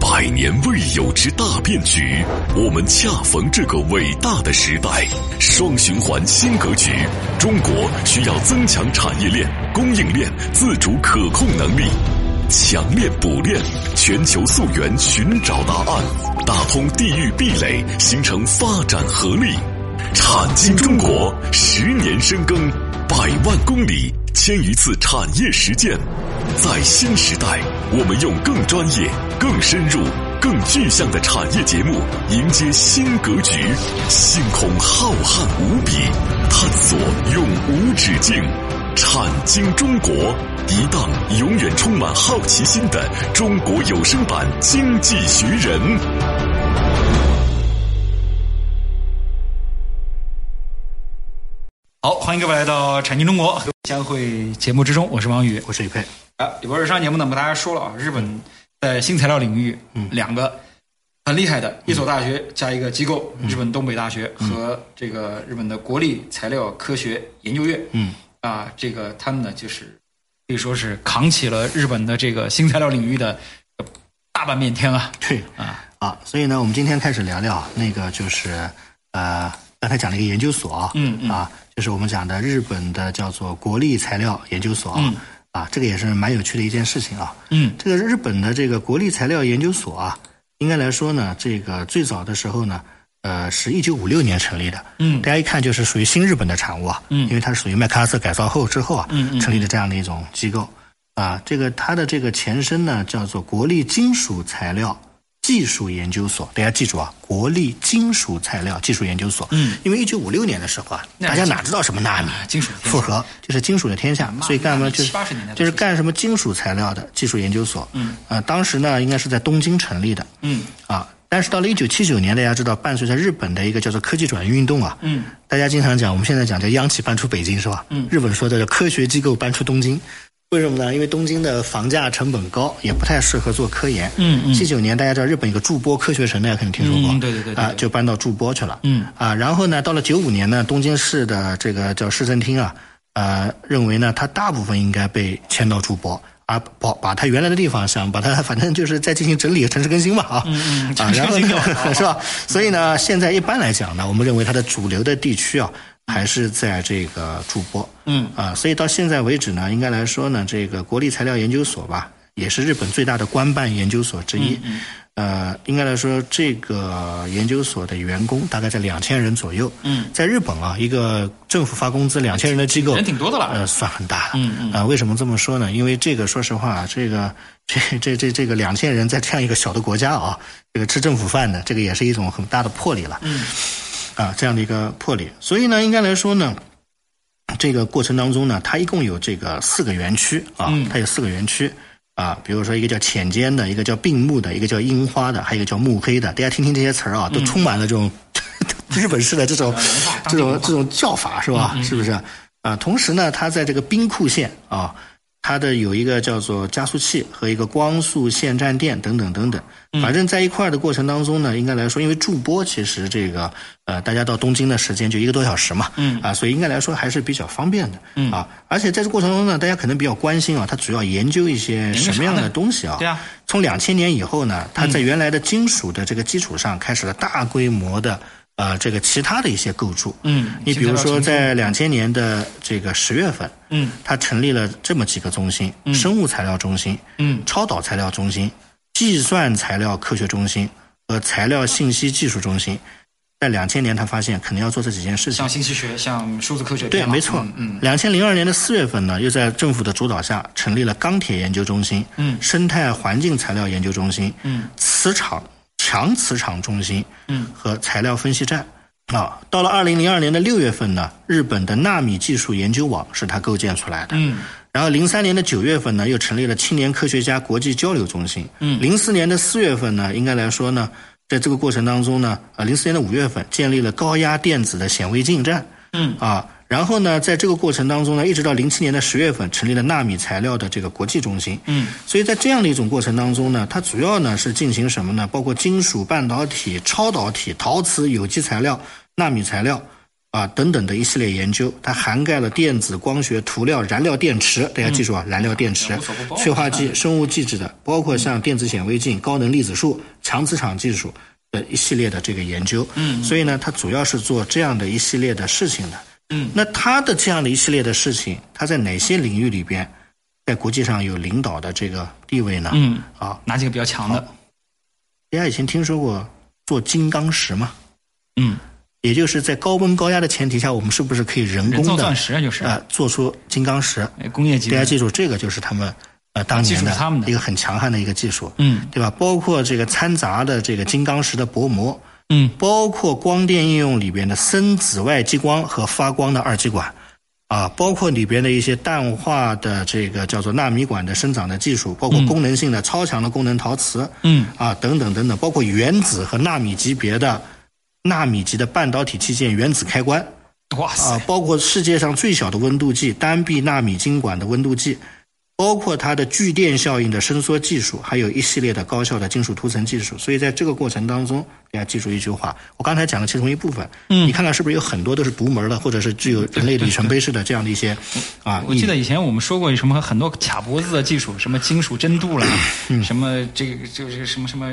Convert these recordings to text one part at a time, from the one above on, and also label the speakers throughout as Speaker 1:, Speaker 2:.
Speaker 1: 百年未有之大变局，我们恰逢这个伟大的时代。双循环新格局，中国需要增强产业链、供应链自主可控能力，强链补链，全球溯源寻找答案，打通地域壁垒，形成发展合力。产经中国十年深耕，百万公里，千余次产业实践。在新时代，我们用更专业、更深入、更具象的产业节目，迎接新格局。星空浩瀚无比，探索永无止境。产经中国，一档永远充满好奇心的中国有声版《经济学人》。
Speaker 2: 好，欢迎各位来到《产经中国》将会节目之中，我是王宇。
Speaker 3: 我是李佩，
Speaker 2: 啊，有关上节目呢，我们大家说了啊，日本在新材料领域，
Speaker 3: 嗯
Speaker 2: 两个很厉害的一所大学加一个机构，日本东北大学和这个日本的国立材料科学研究院，
Speaker 3: 嗯，
Speaker 2: 啊，这个他们呢就是可以说是扛起了日本的这个新材料领域的大半边天啊，
Speaker 3: 对
Speaker 2: 啊
Speaker 3: 啊，所以呢，我们今天开始聊聊啊那个就是呃，刚才讲了一个研究所啊，
Speaker 2: 嗯嗯
Speaker 3: 啊，就是我们讲的日本的叫做国立材料研究所啊，
Speaker 2: 嗯
Speaker 3: 啊，这个也是蛮有趣的一件事情啊。
Speaker 2: 嗯
Speaker 3: 这个日本的这个国立材料研究所啊，应该来说呢，这个最早的时候呢，呃，是一九五六年成立的。
Speaker 2: 嗯
Speaker 3: 大家一看就是属于新日本的产物啊。
Speaker 2: 嗯
Speaker 3: 因为它属于麦克阿瑟改造后之后啊，
Speaker 2: 嗯嗯
Speaker 3: 成立的这样的一种机构啊。这个它的这个前身呢，叫做国立金属材料。技术研究所，大家记住啊，国立金属材料技术研究所。
Speaker 2: 嗯，
Speaker 3: 因为一九五六年的时候啊，
Speaker 2: 那啊
Speaker 3: 大家哪知道什么纳米、
Speaker 2: 金属
Speaker 3: 复合，就是金属的天下，所以干嘛就是
Speaker 2: 七八十年代的
Speaker 3: 就是
Speaker 2: 事情
Speaker 3: 干什么金属材料的技术研究所。嗯，呃，当时呢应该是在东京成立的。
Speaker 2: 嗯
Speaker 3: 啊，但是到了一九七九年，大家知道，伴随着日本的一个叫做科技转移运动啊，
Speaker 2: 嗯，
Speaker 3: 大家经常讲，我们现在讲叫央企搬出北京是吧？
Speaker 2: 嗯
Speaker 3: 日本说的叫科学机构搬出东京，为什么呢？因为东京的房价成本高，也不太适合做科研。
Speaker 2: 嗯嗯
Speaker 3: 七九年大家知道日本有个筑波科学城，大家肯定听说过。
Speaker 2: 嗯对对对对
Speaker 3: 啊
Speaker 2: 对，
Speaker 3: 就搬到筑波去了。
Speaker 2: 嗯
Speaker 3: 啊，然后呢，到了九五年呢，东京市的这个叫市政厅啊，呃，认为呢，它大部分应该被迁到筑波。而把把它原来的地方想把它反正就是再进行整理、城市更新嘛啊，
Speaker 2: 嗯嗯
Speaker 3: 啊，然后
Speaker 2: 城市更新好嗯
Speaker 3: 呢 是吧？所以呢，现在一般来讲呢，我们认为它的主流的地区啊，还是在这个筑波。
Speaker 2: 嗯
Speaker 3: 啊，所以到现在为止呢，应该来说呢，这个国立材料研究所吧，也是日本最大的官办研究所之一。
Speaker 2: 嗯
Speaker 3: 呃，应该来说，这个研究所的员工大概在两千人左右。
Speaker 2: 嗯，
Speaker 3: 在日本啊，一个政府发工资两千人的机构，
Speaker 2: 人挺多的了
Speaker 3: 呃，算很大了。
Speaker 2: 嗯嗯
Speaker 3: 啊、为什么这么说呢？因为这个，说实话，啊这个 这这这这个两千人在这样一个小的国家啊，这个吃政府饭的，这个也是一种很大的魄力了。
Speaker 2: 嗯，
Speaker 3: 啊，这样的一个魄力。所以呢，应该来说呢，这个过程当中呢，它一共有这个四个园区啊，
Speaker 2: 嗯
Speaker 3: 它有四个园区。啊，比如说一个叫浅间的，一个叫并木的，一个叫樱花的，还有一个叫木黑的。大家听听这些词儿啊，都充满了这种 日本式的这种这种这种叫法是
Speaker 2: 嗯
Speaker 3: 吧？是不是？啊，同时呢，它在这个兵库县啊，它的有一个叫做加速器和一个光速线站电等等等等。
Speaker 2: 嗯
Speaker 3: 反正在一块儿的过程当中呢，应该来说，因为驻播其实这个呃，大家到东京的时间就一个多小时嘛，
Speaker 2: 嗯
Speaker 3: 啊，所以应该来说还是比较方便的，
Speaker 2: 嗯
Speaker 3: 啊，而且在这过程中呢，大家可能比较关心啊，它主要研究一些
Speaker 2: 究啥
Speaker 3: 什么样
Speaker 2: 呢
Speaker 3: 的东西啊？
Speaker 2: 对啊
Speaker 3: 从两千年以后呢，它在
Speaker 2: 嗯
Speaker 3: 原来的金属的这个基础上，开始了大规模的呃这个其他的一些构筑。
Speaker 2: 嗯
Speaker 3: 你比
Speaker 2: 新
Speaker 3: 如
Speaker 2: 材料
Speaker 3: 说
Speaker 2: 重
Speaker 3: 在两千年的这个十月份，
Speaker 2: 嗯
Speaker 3: 它成立了这么几个中心：生物材料中心、
Speaker 2: 嗯
Speaker 3: 超导材料中心、计算材料科学中心和材料信息技术中心。在两千年，他发现可能要做这几件事情
Speaker 2: 像。信息学，像数字科学，
Speaker 3: 对，
Speaker 2: 电脑
Speaker 3: 没错
Speaker 2: 嗯。嗯，
Speaker 3: 两千零二年的四月份呢，又在政府的主导下成立了钢铁研究中心、
Speaker 2: 嗯
Speaker 3: 生态环境材料研究中心、
Speaker 2: 嗯
Speaker 3: 磁场强磁场中心、
Speaker 2: 嗯
Speaker 3: 和材料分析站。啊，到了二零零二年的六月份呢，日本的纳米技术研究网是他构建出来的。
Speaker 2: 嗯
Speaker 3: 然后零三年的九月份呢，又成立了青年科学家国际交流中心。
Speaker 2: 嗯
Speaker 3: 零四年的四月份呢，应该来说呢，在这个过程当中呢，呃，零四年的五月份建立了高压电子的显微镜站。
Speaker 2: 嗯
Speaker 3: 啊，然后呢，在这个过程当中呢，一直到零七年的十月份，成立了纳米材料的这个国际中心。
Speaker 2: 嗯，
Speaker 3: 所以在这样的一种过程当中呢，它主要呢是进行什么呢？包括金属、半导体、超导体、陶瓷、有机材料、纳米材料。啊等等的一系列研究，它涵盖了电子、光学、涂料、燃料电池，大家记住啊，燃料电池
Speaker 2: 嗯无所不、包嗯
Speaker 3: 催化剂、生物剂质的，包括像电子显微镜、高能粒子束、强磁场技术的一系列的这个研究。嗯，所以呢，它主要是做这样的一系列的事情的。
Speaker 2: 嗯，
Speaker 3: 那它的这样的一系列的事情，它在哪些领域里边，在国际上有领导的这个地位呢？
Speaker 2: 嗯，
Speaker 3: 啊，
Speaker 2: 哪几个比较强的？
Speaker 3: 大家以前听说过做金刚石嘛？
Speaker 2: 嗯，
Speaker 3: 也就是在高温高压的前提下，我们是不是可以人
Speaker 2: 人
Speaker 3: 工
Speaker 2: 造
Speaker 3: 的
Speaker 2: 钻石啊，就是
Speaker 3: 呃做出金刚石？
Speaker 2: 哎工业级
Speaker 3: 大家
Speaker 2: 的。
Speaker 3: 记住，这个就是他们呃当
Speaker 2: 技
Speaker 3: 年
Speaker 2: 术
Speaker 3: 的
Speaker 2: 是他们的
Speaker 3: 一个很强悍的一个技术，
Speaker 2: 嗯
Speaker 3: 对吧？包括这个掺杂的这个金刚石的薄膜，
Speaker 2: 嗯，
Speaker 3: 包括光电应用里边的深紫外激光和发光的二极管，啊，包括里边的一些氮化的这个叫做纳米管的生长的技术，包括功能性的超强的功能陶瓷，
Speaker 2: 嗯，
Speaker 3: 啊等等等等，包括原子和纳米级别的纳米级的半导体器件原子开关，
Speaker 2: 哇
Speaker 3: 啊
Speaker 2: 塞，，
Speaker 3: 包括世界上最小的温度计单臂纳米晶管的温度计，包括它的聚电效应的伸缩技术，还有一系列的高效的金属涂层技术。所以在这个过程当中，大家记住一句话，我刚才讲了其中一部分，嗯，你看看是不是有很多都是独门的，或者是具有人类里程碑式的这样的一些啊
Speaker 2: 我
Speaker 3: 意义
Speaker 2: 记得以前我们说过什么很多卡脖子的技术，什么金属真度啦，
Speaker 3: 嗯
Speaker 2: 什么这个就是什么什么，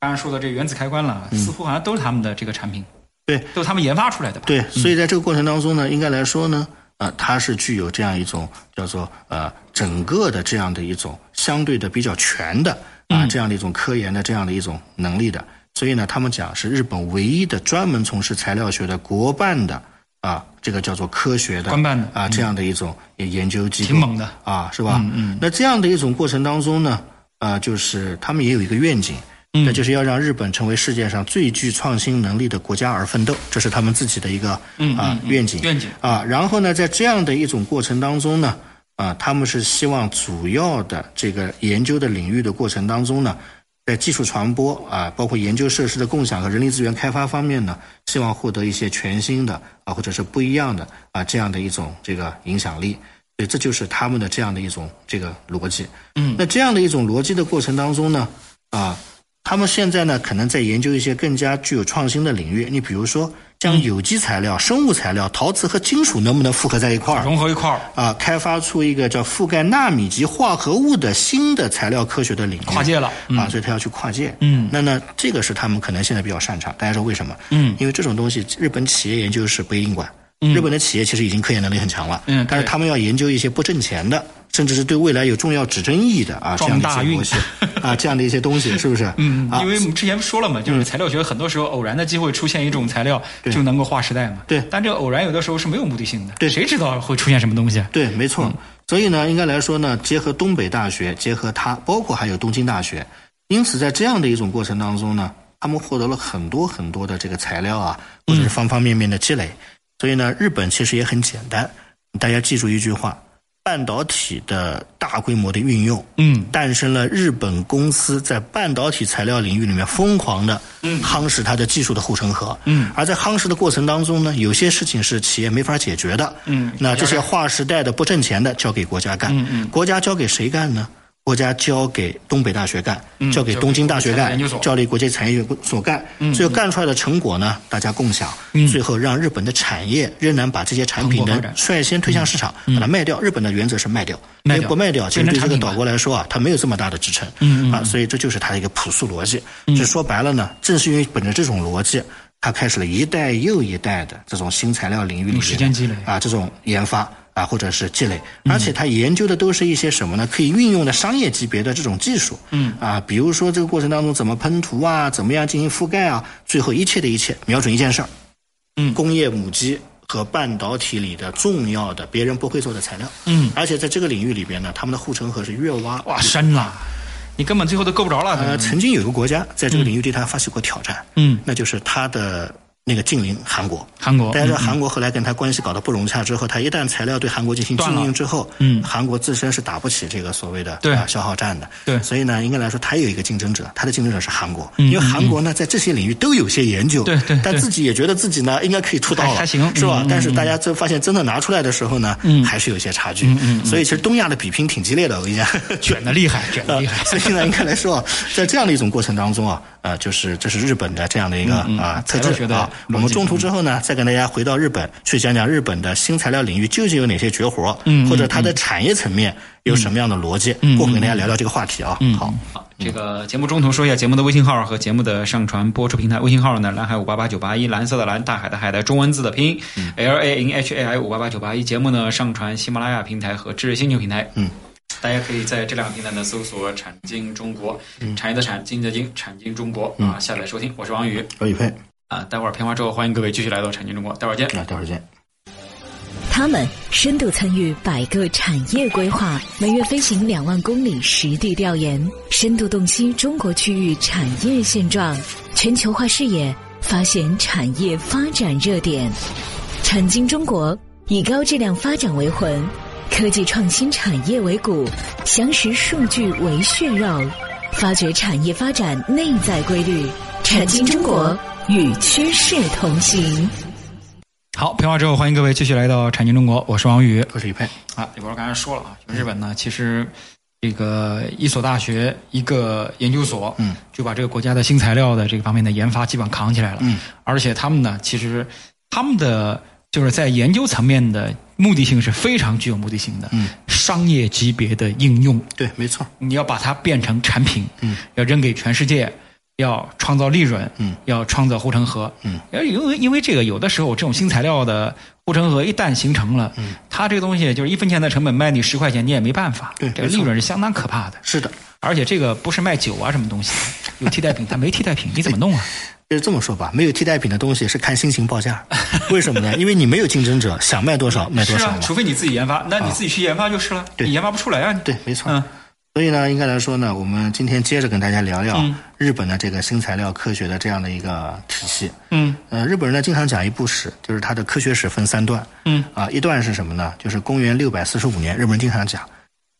Speaker 2: 刚刚说的这个原子开关啦，似乎好像都是他们的这个产品，
Speaker 3: 嗯对
Speaker 2: 都是他们研发出来的吧？，
Speaker 3: 对，所以在这个过程当中呢，应该来说呢，呃，它是具有这样一种叫做呃整个的这样的一种相对的比较全的
Speaker 2: 嗯
Speaker 3: 啊、这样的一种科研的这样的一种能力的。所以呢，他们讲是日本唯一的专门从事材料学的国办的啊，这个叫做科学的
Speaker 2: 官办的嗯
Speaker 3: 啊这样的一种研究机构，
Speaker 2: 挺猛的
Speaker 3: 啊，是吧？嗯嗯。那这样的一种过程当中呢，呃，就是他们也有一个愿景，
Speaker 2: 嗯
Speaker 3: 那就是要让日本成为世界上最具创新能力的国家而奋斗，这是他们自己的一个啊、
Speaker 2: 嗯嗯嗯
Speaker 3: 愿景。
Speaker 2: 愿景
Speaker 3: 啊，然后呢，在这样的一种过程当中呢，啊，他们是希望主要的这个研究的领域的过程当中呢，在技术传播啊，包括研究设施的共享和人力资源开发方面呢，希望获得一些全新的啊，或者是不一样的啊这样的一种这个影响力。所以这就是他们的这样的一种这个逻辑。嗯，那这样的一种逻辑的过程当中呢，啊，他们现在呢，可能在研究一些更加具有创新的领域。你比如说，将
Speaker 2: 嗯
Speaker 3: 有机材料、生物材料、陶瓷和金属能不能复合在一块儿？
Speaker 2: 融合一块儿，
Speaker 3: 啊，开发出一个叫覆盖纳米级化合物的新的材料科学的领域，
Speaker 2: 跨界了
Speaker 3: 啊，所以他要去跨界。
Speaker 2: 嗯
Speaker 3: 那呢，这个是他们可能现在比较擅长。大家说为什么？
Speaker 2: 嗯
Speaker 3: 因为这种东西，日本企业研究是不一定管。日本的企业其实已经科研能力很强了，
Speaker 2: 嗯
Speaker 3: 但是
Speaker 2: 对
Speaker 3: 他们要研究一些不挣钱的，甚至是对未来有重要指针意义的啊，这
Speaker 2: 撞
Speaker 3: 样的
Speaker 2: 大
Speaker 3: 一些
Speaker 2: 运
Speaker 3: 东西啊，这样的一些东西，是不 是？嗯啊嗯
Speaker 2: 因，为我们之前说了嘛，就是材料学很多时候偶然的机会出现一种材料就能够划时代嘛。
Speaker 3: 对
Speaker 2: 但这个偶然有的时候是没有目的性的。
Speaker 3: 对
Speaker 2: 谁知道会出现什么东西啊？
Speaker 3: 对，没错。所以呢，应该来说呢，结合东北大学，结合它，包括还有东京大学，因此在这样的一种过程当中呢，他们获得了很多很多的这个材料啊，或者是方方面面的积累。所以呢，日本其实也很简单，大家记住一句话：半导体的大规模的运用，
Speaker 2: 嗯，
Speaker 3: 诞生了日本公司在半导体材料领域里面疯狂的夯实它的技术的护城河。
Speaker 2: 嗯，
Speaker 3: 而在夯实的过程当中呢，有些事情是企业没法解决的。
Speaker 2: 嗯
Speaker 3: 那这些划时代的不挣钱的交给国家干。嗯嗯，国家交给谁干呢？国家交给东北大学干，交给东京大学
Speaker 2: 嗯交给国际产业研
Speaker 3: 干
Speaker 2: 究，所嗯
Speaker 3: 交给国际产业研究所干。最后干出来的成果呢，大家共享。最后让日本的产业仍然把这些产品
Speaker 2: 蓬勃发
Speaker 3: 能
Speaker 2: 展嗯
Speaker 3: 率先推向市场，把它卖掉。日本的原则是卖掉，因
Speaker 2: 卖
Speaker 3: 为
Speaker 2: 掉
Speaker 3: 不卖掉，其实
Speaker 2: 变成
Speaker 3: 对这
Speaker 2: 产
Speaker 3: 个
Speaker 2: 品
Speaker 3: 岛
Speaker 2: 嘛
Speaker 3: 国来说啊，它没有这么大的支撑，
Speaker 2: 嗯
Speaker 3: 啊，所以这就是它的一个朴素逻辑。这说白了呢，正是因为本着这种逻辑，它开始了一代又一代的这种新材料领域里面
Speaker 2: 时间积累嗯
Speaker 3: 啊，这种研发。啊，或者是积累，而且它研究的都是一些什么呢？可以运用的商业级别的这种技术。嗯啊，比如说这个过程当中怎么喷涂啊，怎么样进行覆盖啊，最后一切的一切瞄准一件事儿，
Speaker 2: 嗯
Speaker 3: 工业母机和半导体里的重要的别人不会做的材料。嗯，而且在这个领域里边呢，他们的护城河是越挖
Speaker 2: 哇，深了，你根本最后都够不着了。
Speaker 3: 呃，曾经有一个国家在这个领域对它发起过挑战，
Speaker 2: 嗯，
Speaker 3: 那就是它的那个近邻韩国。
Speaker 2: 韩国嗯
Speaker 3: 大家知道韩国后来跟它关系搞得不融洽之后，它一旦材料对韩国进行
Speaker 2: 断了
Speaker 3: 禁运之后，
Speaker 2: 嗯
Speaker 3: 韩国自身是打不起这个所谓的
Speaker 2: 对
Speaker 3: 呃消耗战的，
Speaker 2: 对嗯
Speaker 3: 所以呢，应该来说它有一个竞争者，它的竞争者是韩国，因为韩国呢在这些领域都有些研究，
Speaker 2: 对对
Speaker 3: 但
Speaker 2: 对
Speaker 3: 自己也觉得自己呢应该可以出道
Speaker 2: 还
Speaker 3: 了，
Speaker 2: 还行
Speaker 3: 是吧
Speaker 2: 嗯？
Speaker 3: 但是大家最发现真的拿出来的时候呢，还是有些差
Speaker 2: 嗯
Speaker 3: 距，所以其实东亚的比拼挺激烈的，我跟你讲，
Speaker 2: 卷的厉害，卷的厉害。
Speaker 3: 所以呢，应呃该来说，在这样的一种过程当中啊，呃，就是这是日本的这样的一个啊、
Speaker 2: 嗯
Speaker 3: 特
Speaker 2: 材料
Speaker 3: 质
Speaker 2: 学的嗯
Speaker 3: 啊，我们中途之后呢，再跟大家回到日本去讲讲日本的新材料领域究竟有哪些绝活，
Speaker 2: 嗯
Speaker 3: 或者它的产业层面有什么样的逻辑。
Speaker 2: 嗯
Speaker 3: 过会跟大家聊聊这个话题啊。好，
Speaker 2: 好，这个节目中途说一下节目的微信号啊和节目的上传播出平台。微信号呢，蓝海五八八九八一，蓝色的蓝，大海的海的中文字的拼音、l
Speaker 3: 嗯
Speaker 2: A N H A I 五八八九八一。节目呢上传喜马拉雅平台和知识星球平台。
Speaker 3: 嗯。
Speaker 2: 大家可以在这两个平台呢搜索“产经中国”，
Speaker 3: 嗯
Speaker 2: 产业的产，经济的经，产经中国啊，下载收听。我是王宇
Speaker 3: 罗宇佩，
Speaker 2: 啊，待会儿片花之后，欢迎各位继续来到产经中国，待会儿见。
Speaker 3: 那待会儿见。
Speaker 4: 他们深度参与百个产业规划，每月飞行两万公里实地调研，深度洞悉中国区域产业现状，全球化视野发现产业发展热点。产经中国以高质量发展为魂，科技创新产业为骨，详实数据为血肉，发掘产业发展内在规律。产经中国与趋势同行。
Speaker 2: 好，片花之后，欢迎各位继续来到产经中国，我是王宇。
Speaker 3: 我是宇佩，
Speaker 2: 啊，李博士刚才说了啊，就日本呢，其实这个一所大学一个研究所，
Speaker 3: 嗯，
Speaker 2: 就把这个国家的新材料的这个方面的研发基本扛起来了，
Speaker 3: 嗯，
Speaker 2: 而且他们呢，其实他们的就是在研究层面的目的性是非常具有目的性的，
Speaker 3: 嗯，
Speaker 2: 商业级别的应用，
Speaker 3: 对，没错，
Speaker 2: 你要把它变成产品，
Speaker 3: 嗯，
Speaker 2: 要扔给全世界，要创造利润，
Speaker 3: 嗯，
Speaker 2: 要创造护城河，
Speaker 3: 嗯，
Speaker 2: 因为因为这个有的时候这种新材料的护城河一旦形成了，嗯，它这个东西就是一分钱的成本卖你十块钱，你也没办法，
Speaker 3: 对
Speaker 2: 这个
Speaker 3: 没错
Speaker 2: 利润是相当可怕的，
Speaker 3: 是的。
Speaker 2: 而且这个不是卖酒啊什么东西，
Speaker 3: 嗯
Speaker 2: 有替代品，它没替代品，你怎么 弄啊？
Speaker 3: 就是这么说吧，没有替代品的东西是看心情报价，为什么呢？因为你没有竞争者，想卖多少卖 多
Speaker 2: 是
Speaker 3: 少
Speaker 2: 啊
Speaker 3: 嘛，。
Speaker 2: 除非你自己研发，那你自己去研发就是了，
Speaker 3: 对
Speaker 2: 你研发不出来啊，
Speaker 3: 对，没错。
Speaker 2: 嗯
Speaker 3: 所以呢，应该来说呢，我们今天接着跟大家聊聊
Speaker 2: 嗯
Speaker 3: 日本的这个新材料科学的这样的一个体系。
Speaker 2: 嗯
Speaker 3: 呃，日本人呢经常讲一部史，就是它的科学史分三段。
Speaker 2: 嗯
Speaker 3: 啊，一段是什么呢？就是公元六百四十五年，日本人经常讲，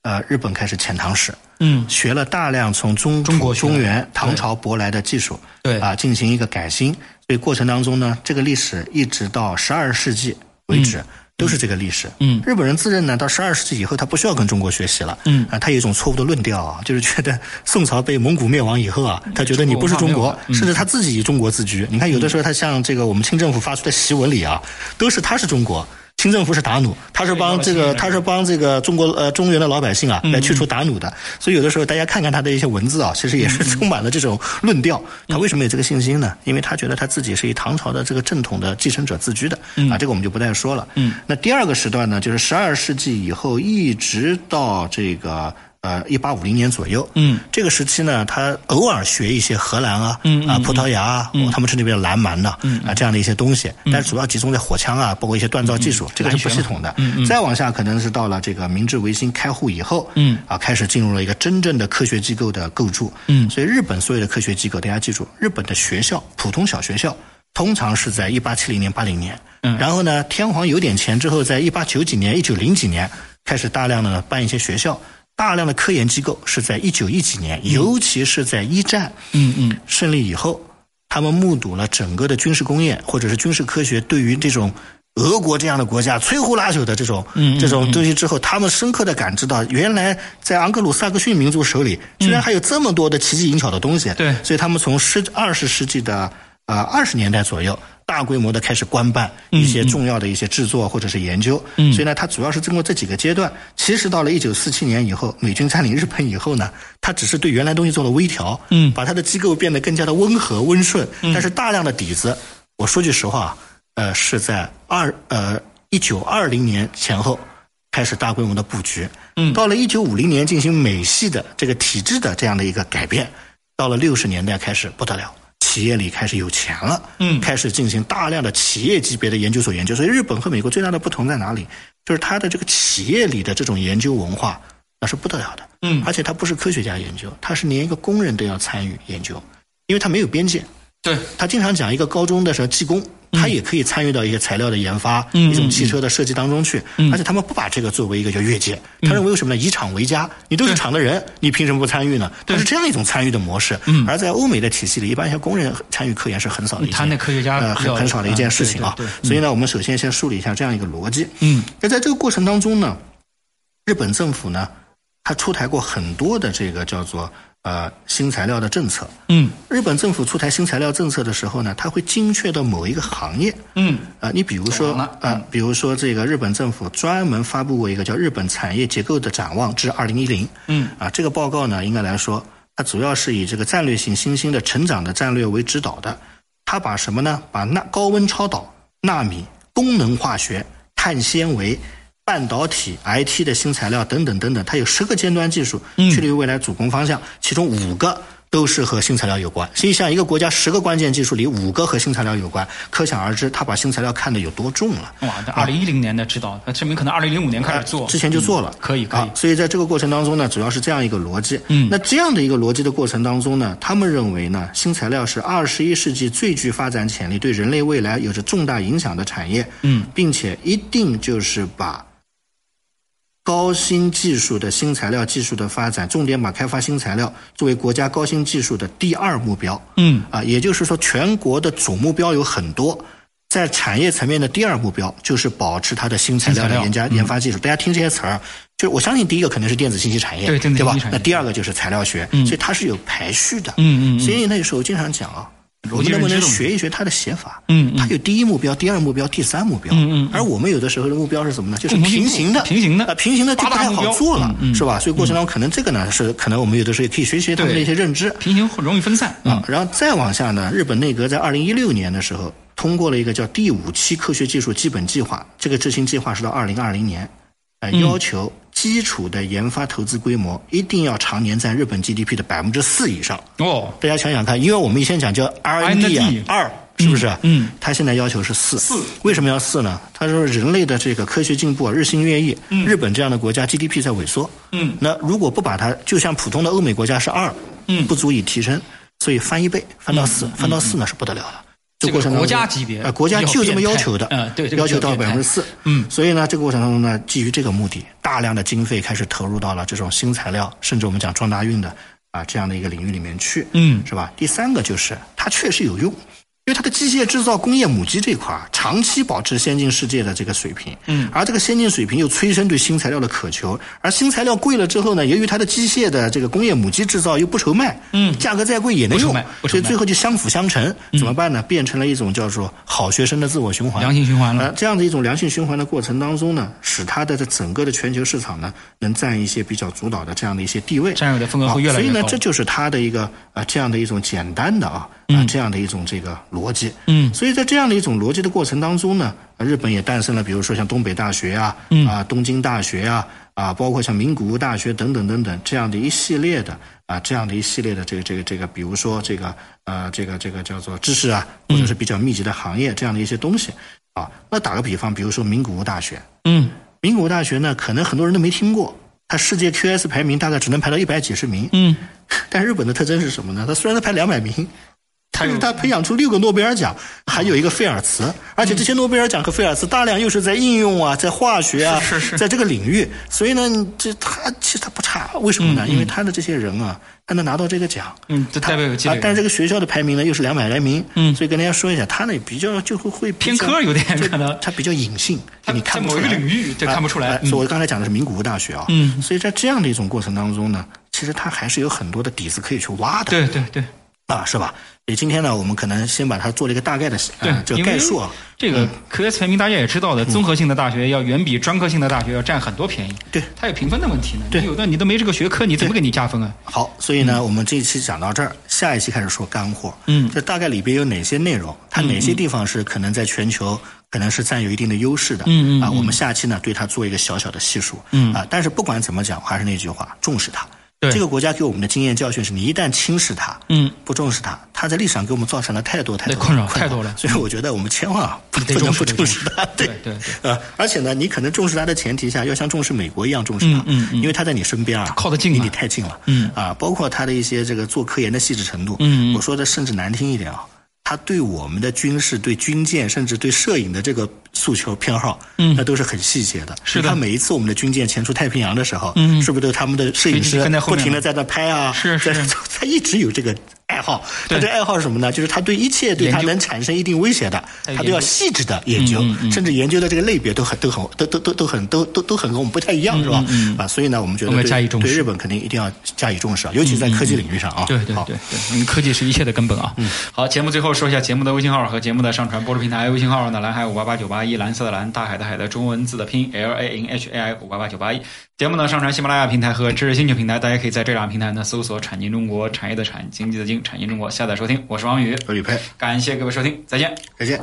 Speaker 3: 呃，日本开始遣唐使，
Speaker 2: 嗯，
Speaker 3: 学了大量从中
Speaker 2: 中国学的
Speaker 3: 中原唐朝舶来的技术，
Speaker 2: 对
Speaker 3: 啊，进行一个改新。所以过程当中呢，这个历史一直到十二世纪为止。都是这个历史，
Speaker 2: 嗯
Speaker 3: 日本人自认呢，到十二世纪以后，他不需要跟中国学习了，
Speaker 2: 嗯
Speaker 3: 啊，他有一种错误的论调啊，就是觉得宋朝被蒙古灭亡以后啊，他觉得你不是中
Speaker 2: 嗯中国
Speaker 3: 国
Speaker 2: 化没有了，嗯
Speaker 3: 甚至他自己以中国自居。你看，有的时候他像这个我们清政府发出的檄文里啊，都是他是中国，清政府是打奴，他是帮这
Speaker 2: 对有
Speaker 3: 个
Speaker 2: 了
Speaker 3: 他是帮这个中国呃中原的老百姓啊
Speaker 2: 嗯
Speaker 3: 来去除打奴的。所以有的时候大家看看他的一些文字啊，其实也
Speaker 2: 嗯
Speaker 3: 是充满了这种论调。他为什么有这个信心呢？因为他觉得他自己是以唐朝的这个正统的继承者自居的啊，这个我们就不再说了。
Speaker 2: 嗯，
Speaker 3: 那第二个时段呢，就是十二世纪以后一直到这个。呃，一八五零年左右，
Speaker 2: 嗯，
Speaker 3: 这个时期呢，他偶尔学一些荷兰啊，
Speaker 2: 嗯嗯
Speaker 3: 啊，葡萄牙啊，他们称之为蓝蛮呐，啊，这样的一些东西，但是主要集中在火枪啊，包括一些锻造技术，这个是不系统的。再往下，可能是到了这个明治维新开户以后，
Speaker 2: 嗯
Speaker 3: 啊，开始进入了一个真正的科学机构的构筑，
Speaker 2: 嗯
Speaker 3: 所以日本所有的科学机构，大家记住，日本的学校，普通小学校，通常是在一八七零年、八零年，
Speaker 2: 嗯
Speaker 3: 然后呢，天皇有点钱之后，在一八九几年、一九零几年开始大量的办一些学校。大量的科研机构是在一九一几年，尤其是在一战，
Speaker 2: 嗯嗯
Speaker 3: 胜利以后，他们目睹了整个的军事工业或者是军事科学对于这种俄国这样的国家摧枯拉朽的这种、
Speaker 2: 嗯嗯
Speaker 3: 这种东西之后，他们深刻的感知到，原来在盎格鲁撒克逊民族手里，居然还有这么多的奇技淫巧的东西。
Speaker 2: 嗯对
Speaker 3: 所以他们从十二十世纪的呃二十年代左右。大规模的开始官办一些重要的一些制作或者是研究，
Speaker 2: 嗯
Speaker 3: 所以呢，它主要是经过这几个阶段。其实到了一九四七年以后，美军占领日本以后呢，它只是对原来东西做了微调，
Speaker 2: 嗯
Speaker 3: 把它的机构变得更加的温和温顺，但是大量的底子，我说句实话啊，呃，是在二呃一九二零年前后开始大规模的布局，
Speaker 2: 嗯
Speaker 3: 到了一九五零年进行美系的这个体制的这样的一个改变，到了六十年代开始不得了。企业里开始有钱了，
Speaker 2: 嗯
Speaker 3: 开始进行大量的企业级别的研究所研究。所以日本和美国最大的不同在哪里？就是它的这个企业里的这种研究文化，那是不得了的。
Speaker 2: 嗯，
Speaker 3: 而且它不是科学家研究，它是连一个工人都要参与研究，因为它没有边界。
Speaker 2: 对，
Speaker 3: 他经常讲一个高中的时候技工，他也可以参与到一些材料的研发，
Speaker 2: 嗯嗯
Speaker 3: 一种汽车的设计当中去。而且他们不把这个作为一个叫越界，他认为为什么呢？以厂为家，你都是厂的人，你凭什么不参与呢？它是这样一种参与的模式。而在欧美的体系里，一般像工人参与科研是很少的一
Speaker 2: 嗯
Speaker 3: 件，
Speaker 2: 他那科学家
Speaker 3: 呃
Speaker 2: 比较
Speaker 3: 很很少的一件事情啊
Speaker 2: 嗯对对。对
Speaker 3: 所以呢，我们首先先梳理一下这样一个逻辑。
Speaker 2: 嗯
Speaker 3: 那在这个过程当中呢，日本政府呢，它出台过很多的这个叫做呃新材料的政策。
Speaker 2: 嗯
Speaker 3: 日本政府出台新材料政策的时候呢，它会精确到某一个行业。
Speaker 2: 嗯
Speaker 3: 啊、你比如说
Speaker 2: 懂
Speaker 3: 啊
Speaker 2: 了、嗯
Speaker 3: 呃比如说这个日本政府专门发布过一个叫《日本产业结构的展望至二零一零》。
Speaker 2: 嗯，
Speaker 3: 啊，这个报告呢，应该来说，它主要是以这个战略性新兴的成长的战略为指导的。它把什么呢？把钠高温超导、纳米、功能化学、碳纤维、半导体、IT 的新材料等等等等，它有十个尖端技术，
Speaker 2: 嗯
Speaker 3: 确立未来主攻方向，其中五个。都是和新材料有关，所以像一个国家十个关键技术里五个和新材料有关，可想而知，它把新材料看得有多重了。啊
Speaker 2: 哇，这二零一零年的指导，那证明可能二零零五年开始做，
Speaker 3: 呃
Speaker 2: 嗯
Speaker 3: 之前就做了，
Speaker 2: 可以可以
Speaker 3: 啊所以在这个过程当中呢，主要是这样一个逻辑。
Speaker 2: 嗯
Speaker 3: 那这样的一个逻辑的过程当中呢，他们认为呢，新材料是二十一世纪最具发展潜力、对人类未来有着重大影响的产业。
Speaker 2: 嗯，
Speaker 3: 并且一定就是把高新技术的新材料技术的发展，重点把开发新材料作为国家高新技术的第二目标。
Speaker 2: 嗯
Speaker 3: 啊，也就是说，全国的总目标有很多。在产业层面的第二目标就是保持它的新材料
Speaker 2: 新材
Speaker 3: 的
Speaker 2: 料嗯
Speaker 3: 研加研发技术。大家听这些词儿，就是我相信第一个肯定是电子信息产业，
Speaker 2: 对电子信息
Speaker 3: 吧
Speaker 2: 产？业嗯
Speaker 3: 那第二个就是材料学，所以它是有排序的。
Speaker 2: 嗯嗯嗯
Speaker 3: 所以那个时候经常讲啊，
Speaker 2: 逻辑
Speaker 3: 我们能不
Speaker 2: 认
Speaker 3: 能
Speaker 2: 知动
Speaker 3: 学一学它的写法？
Speaker 2: 嗯嗯
Speaker 3: 它有第一目标、第二目标、第三目标。
Speaker 2: 嗯嗯嗯
Speaker 3: 而我们有的时候的目标是什么呢？就是
Speaker 2: 共同进步
Speaker 3: 平行的，
Speaker 2: 平行的
Speaker 3: 啊平行的就
Speaker 2: 八
Speaker 3: 不
Speaker 2: 大
Speaker 3: 太
Speaker 2: 目
Speaker 3: 好
Speaker 2: 标
Speaker 3: 做了，
Speaker 2: 嗯嗯
Speaker 3: 是吧？所以过程当中可能这个呢是可能我们有的时候也可以学习他们的
Speaker 2: 对
Speaker 3: 一些认知。
Speaker 2: 平行容易分散
Speaker 3: 啊
Speaker 2: 啊，，
Speaker 3: 然后再往下呢，日本内阁在二零一六年的时候通过了一个叫第五期科学技术基本计划，这个执行计划是到二零二零年，呃，要求基础的研发投资规模一定要常年在日本 GDP 的百分之四以上。
Speaker 2: 哦，
Speaker 3: 大家想想看，因为我们以前讲叫 R&D 啊
Speaker 2: R&D，
Speaker 3: 二是不是？
Speaker 2: 嗯嗯
Speaker 3: 他现在要求是四。四为什么要四呢？他说人类的这个科学进步啊，日新月异，日本这样的国家 GDP 在萎缩。
Speaker 2: 嗯
Speaker 3: 那如果不把它，就像普通的欧美国家是二，
Speaker 2: 嗯
Speaker 3: 不足以提升，所以翻一倍，翻到四，翻到四呢是不得了了。这
Speaker 2: 这个
Speaker 3: 过程当中
Speaker 2: 国家级别
Speaker 3: 呃，国家就这么要求的，
Speaker 2: 比较变态嗯对这个
Speaker 3: 要求到
Speaker 2: 比较
Speaker 3: 百
Speaker 2: 变态
Speaker 3: 分之四，
Speaker 2: 嗯
Speaker 3: 所以呢，这个过程当中呢，基于这个目的，大量的经费开始投入到了这种新材料，甚至我们讲撞大运的啊这样的一个领域里面去，
Speaker 2: 嗯
Speaker 3: 是吧？第三个就是它确实有用，因为它的机械制造、工业母机这块儿长期保持先进世界的这个水平，
Speaker 2: 嗯
Speaker 3: 而这个先进水平又催生对新材料的渴求，而新材料贵了之后呢，由于它的机械的这个工业母机制造又不愁卖，
Speaker 2: 嗯
Speaker 3: 价格再贵也能
Speaker 2: 不愁
Speaker 3: 用
Speaker 2: 卖，不愁
Speaker 3: 所以
Speaker 2: 卖
Speaker 3: 最后就相辅相成，怎么办呢？变成了一种叫做好学生的自我循环，
Speaker 2: 嗯良性循环了
Speaker 3: 呃，这样的一种良性循环的过程当中呢，使它的这整个的全球市场呢，能占一些比较主导的这样的一些地位，
Speaker 2: 占有的份额会越来越
Speaker 3: 啊所以
Speaker 2: 高
Speaker 3: 呢，这就是它的一个啊这样的一种简单的啊啊这样的一种这个逻辑。
Speaker 2: 嗯
Speaker 3: 所以在这样的一种逻辑的过程当中呢，啊日本也诞生了，比如说像东北大学啊，
Speaker 2: 嗯
Speaker 3: 啊东京大学啊，啊包括像名古屋大学等等等等这样的一系列的啊这样的一系列的这个这个这个，比如说这个呃这个这个叫做知识啊，或
Speaker 2: 嗯
Speaker 3: 者是比较密集的行业这样的一些东西啊。那打个比方，比如说名古屋大学，
Speaker 2: 嗯
Speaker 3: 名古屋大学呢，可能很多人都没听过，它世界 QS 排名大概只能排到一百几十名，
Speaker 2: 嗯，
Speaker 3: 但日本的特征是什么呢？它虽然它排两百名，但
Speaker 2: 有
Speaker 3: 是它培养出六个诺贝尔奖，还有一个菲尔茨，而且这些诺贝尔奖和菲尔茨大量又是在应用啊，在化学啊，
Speaker 2: 是是是
Speaker 3: 在这个领域，所以呢，你这它其实它不差，为什么呢？因为他的这些人啊，他能拿到这个奖，
Speaker 2: 嗯，这代表有积
Speaker 3: 啊
Speaker 2: 累，，
Speaker 3: 但是这个学校的排名呢又是两百来名，
Speaker 2: 嗯
Speaker 3: 所以跟大家说一下，他呢比较就会会比
Speaker 2: 偏
Speaker 3: 较
Speaker 2: 科有点可能
Speaker 3: 他比较隐性，
Speaker 2: 它
Speaker 3: 你看不
Speaker 2: 在
Speaker 3: 出
Speaker 2: 某
Speaker 3: 来
Speaker 2: 一个领域这
Speaker 3: 啊
Speaker 2: 看不出来
Speaker 3: 哎
Speaker 2: 嗯
Speaker 3: 所以我刚才讲的是名古屋大学啊，
Speaker 2: 嗯
Speaker 3: 所以在这样的一种过程当中呢，其实它还是有很多的底子可以去挖的，
Speaker 2: 对对对
Speaker 3: 啊，是吧？所以今天呢，我们可能先把它做了一个大概的
Speaker 2: 对
Speaker 3: 呃，这个
Speaker 2: 因为
Speaker 3: 概述啊，嗯
Speaker 2: 这个 QS 排名大家也知道的，综合性的大学要远比专科性的大学要占很多便宜。
Speaker 3: 对
Speaker 2: 它有评分的问题呢。
Speaker 3: 对
Speaker 2: 你有的你都没这个学科，你怎么给你加分啊？
Speaker 3: 好，所以呢，我们这一期讲到这儿，下一期开始说干货。
Speaker 2: 嗯
Speaker 3: 这大概里边有哪些内容？它哪些地方是可能在全球可能是占有一定的优势的？
Speaker 2: 嗯嗯
Speaker 3: 啊，
Speaker 2: 嗯
Speaker 3: 我们下期呢对它做一个小小的细数。
Speaker 2: 嗯
Speaker 3: 啊，但是不管怎么讲，还是那句话，重视它。
Speaker 2: 对
Speaker 3: 这个国家给我们的经验教训是，你一旦轻视它，
Speaker 2: 嗯，
Speaker 3: 不重视它，它在历史上给我们造成了太多太多
Speaker 2: 对
Speaker 3: 的
Speaker 2: 困扰
Speaker 3: 困
Speaker 2: 太
Speaker 3: 扰
Speaker 2: 多了嗯
Speaker 3: 所以我觉得我们千万啊不
Speaker 2: 得
Speaker 3: 不
Speaker 2: 重
Speaker 3: 能
Speaker 2: 视
Speaker 3: 不
Speaker 2: 得
Speaker 3: 重
Speaker 2: 重视
Speaker 3: 视它。对
Speaker 2: 对对
Speaker 3: 啊，而且呢，你可能重视它的前提下，要像重视美国一样重视它，
Speaker 2: 嗯嗯嗯
Speaker 3: 因为它在你身边啊，
Speaker 2: 靠得近
Speaker 3: 离
Speaker 2: 嘛
Speaker 3: 你太近了，
Speaker 2: 嗯
Speaker 3: 啊，包括他的一些这个做科研的细致程度，
Speaker 2: 嗯嗯
Speaker 3: 我说的甚至难听一点啊，他对我们的军事、对军舰，甚至对摄影的这个诉求偏好，嗯，那都是很细节的。
Speaker 2: 是的
Speaker 3: 你看每一次我们的军舰潜出太平洋的时候，
Speaker 2: 嗯
Speaker 3: 是不是都有他们的摄影
Speaker 2: 摄影
Speaker 3: 师
Speaker 2: 师跟在后
Speaker 3: 不
Speaker 2: 面
Speaker 3: 停的在那拍啊？
Speaker 2: 是是
Speaker 3: 在他一直有这个爱好。
Speaker 2: 对
Speaker 3: 他这爱好是什么呢？就是他对一切对
Speaker 2: 研
Speaker 3: 他
Speaker 2: 究
Speaker 3: 能产生一定威胁的，
Speaker 2: 他
Speaker 3: 他
Speaker 2: 研
Speaker 3: 都
Speaker 2: 究
Speaker 3: 要细致的研究，
Speaker 2: 嗯嗯嗯
Speaker 3: 甚至研究的这个类别都很都很都都都都很都都都很跟我们不太一样，是吧？
Speaker 2: 嗯嗯
Speaker 3: 啊，所以呢，我们觉得
Speaker 2: 我们
Speaker 3: 对
Speaker 2: 加以重
Speaker 3: 对
Speaker 2: 视
Speaker 3: 日本肯定一定要加以重视啊，尤其在科技领域上啊。
Speaker 2: 嗯对对
Speaker 3: 好
Speaker 2: 对对，因为科技是一切的根本啊。好，节目最后说一下节目的微信号和节目的上传播出平台。微信号呢，蓝海五八八九八一，蓝色的蓝，大海的海的中文字的拼，L A N H A I 五八八九八一。节目呢上传喜马拉雅平台和知识星球平台，大家可以在这两个平台呢搜索“产经中国”，产业的产，经济的经，产经中国下载收听。我是王宇，
Speaker 3: 我是李佩，
Speaker 2: 感谢各位收听，再见。
Speaker 3: 再见。